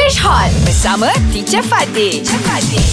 Fresh Hot bersama Teacher Fatih. Teacher Fatih.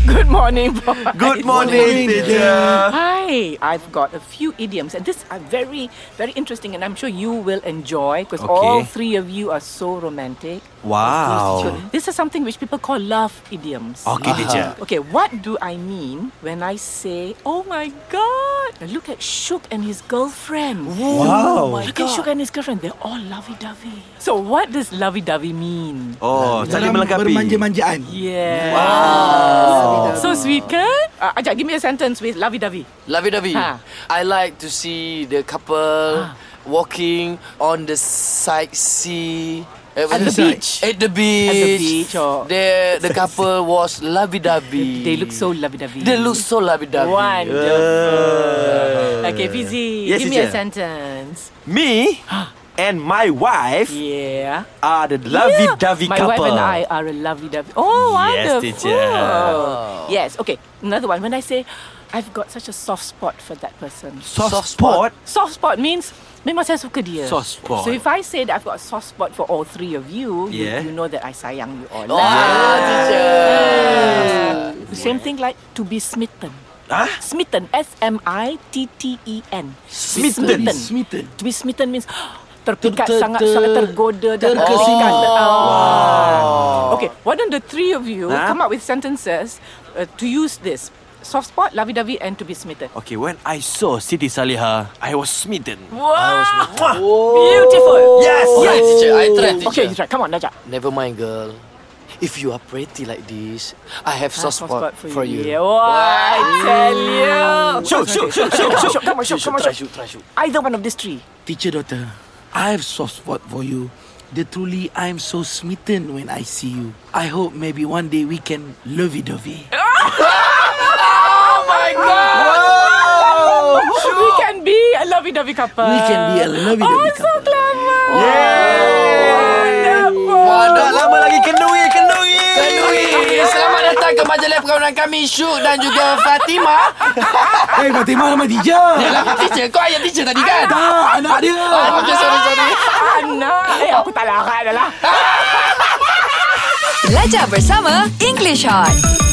Good morning, boy. Good morning, teacher. Hi, I've got a few idioms, and this are very, very interesting, and I'm sure you will enjoy because all Okay. three of you are so romantic. Wow. This is something which people call love idioms. Uh, Okay, teacher. Okay, what do I mean when I say, oh my god? Now Look at Shook and his girlfriend. Oh Wow. Look at Shook and his girlfriend. They're all lovey dovey. So, what does lovey dovey mean? Oh, saling Dalam melengkapi. bermanja-manjaan. Yeah. So sweet, kan? Uh, Ajak, give me a sentence with lovey dovey. Lovey-dovey. Ha. I like to see the couple walking on the side sea. At, the beach. At the beach. beach or- There, the couple was lovey-dovey. They look so lovey dovey. They look so lovey-dovey. Wonderful. Okay, Fizi, Yes, give me a teacher. sentence. Me and my wife Yeah. are the lovey-dovey My couple. wife and I are a lovey-dovey. Oh, Yes, wonderful. teacher. Yes, okay. Another one. When I say, I've got such a soft spot for that person. Soft, Soft spot. Soft spot means memang saya suka dia. Soft spot. So if I say that I've got a soft spot for all three of you, you- Yeah. you, know that I sayang you all. Oh, teacher. The Mm. Same thing like to be smitten. Huh? Smitten. S M I T T E N. Smitten. Smitten. Smitten. To be smitten means terpikat Ter- ter- sangat ter- sangat tergoda dan terkesimat. terpikat. Ah. Okay, why don't the three of you Huh? come up with sentences uh, to use this? Soft spot, lovey-dovey and to be smitten. Okay, when I saw Siti Saliha, I was smitten. Wow! Mwah. Beautiful! Yes. Alright, Yes. teacher. I tried, teacher. Okay, you try. Come on, Najat. Never mind, girl. If you are pretty like this, I have Ah, soft spot, for, you. Yeah, wow, I tell you. Shoot, shoot, shoot, shoot, Come on, Mm. shoot. shoot, come on, shoot, Shoot, come on, try, shoot. shoot, try, shoot. Either one of these three. Teacher daughter, I have soft spot for you. The truly I'm so smitten when I see you. I hope maybe one day we can lovey-dovey. Oh my god! Oh, We can be a lovey-dovey couple. We can be a Ah, lovey-dovey oh, so couple. clever. Yay! Wonderful. Wah, Tak lama lagi kenduri, kenduri. Kenduri, Selamat datang ke majlis perkahwinan kami Syuk dan juga Fatimah Hey, Fatimah nama teacher. Lama teacher, kau ayat teacher tadi kan? Tak, anak dia. Ah, okay, sorry, sorry Anak. Eh, aku tak larat dah lah. Belajar bersama English Hot.